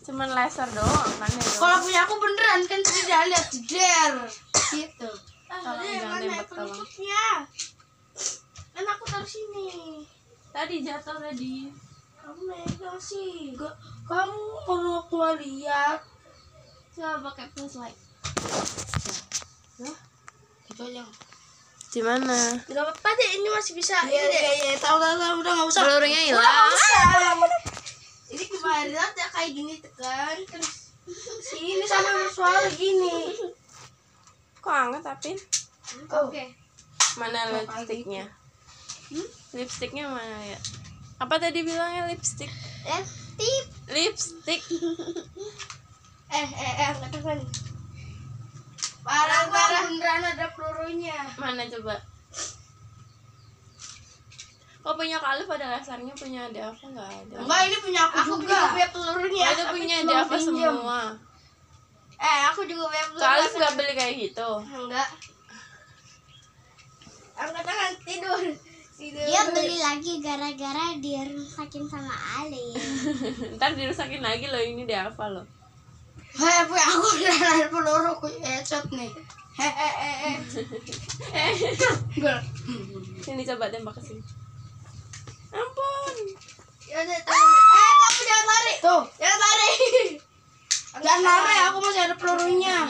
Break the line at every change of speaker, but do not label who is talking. cuman laser doang kan ya
Kalau punya aku beneran kan tadi udah lihat jeder gitu.
Tolong jangan tembak, tolong.
Kan aku taruh sini.
tadi jatuh tadi
Kamu megang sih. Gua- kamu perlu aku lihat. Coba pakai flashlight. Gitu aja.
di mana
Gak apa-apa deh, ini masih bisa.
Iya, iya, iya, tahu tahu tahu udah enggak usah.
pelurunya
Nggak
hilang
usah. Ini kemarin aja kayak gini kan? tekan terus sini sama suara gini.
kok anget tapi
Oke. Apa
mana
Hmm?
lipstiknya lipstiknya mana ya apa tadi bilangnya lipstik
Eh, tip.
lipstik
Eh, eh, eh, nggak tahu nih. Parah, parah. Beneran ada pelurunya.
mana coba kok punya kalif pada lasernya punya ada apa nggak ada
Enggak, ini punya aku,
Aku
juga.
juga
punya pelurunya.
itu
tapi
punya
cuma
ada apa
pinjem.
semua
Eh, aku juga punya peluru.
kalif nggak beli kayak gitu
Enggak. Angkat tangan tidur. Tidur.
Dia beli lagi gara-gara dirusakin sama Ali.
ntar dirusakin lagi loh ini dia apa loh
Hei, punya aku beneran peluru aku ecot nih. Hei, eh, eh, eh. Gol.
sini Eh, coba tembak ke sini ampun
Ya udah, tangan. Eh, kamu jangan lari.
Tuh.
Jangan lari. Jangan lari, aku masih ada pelurunya.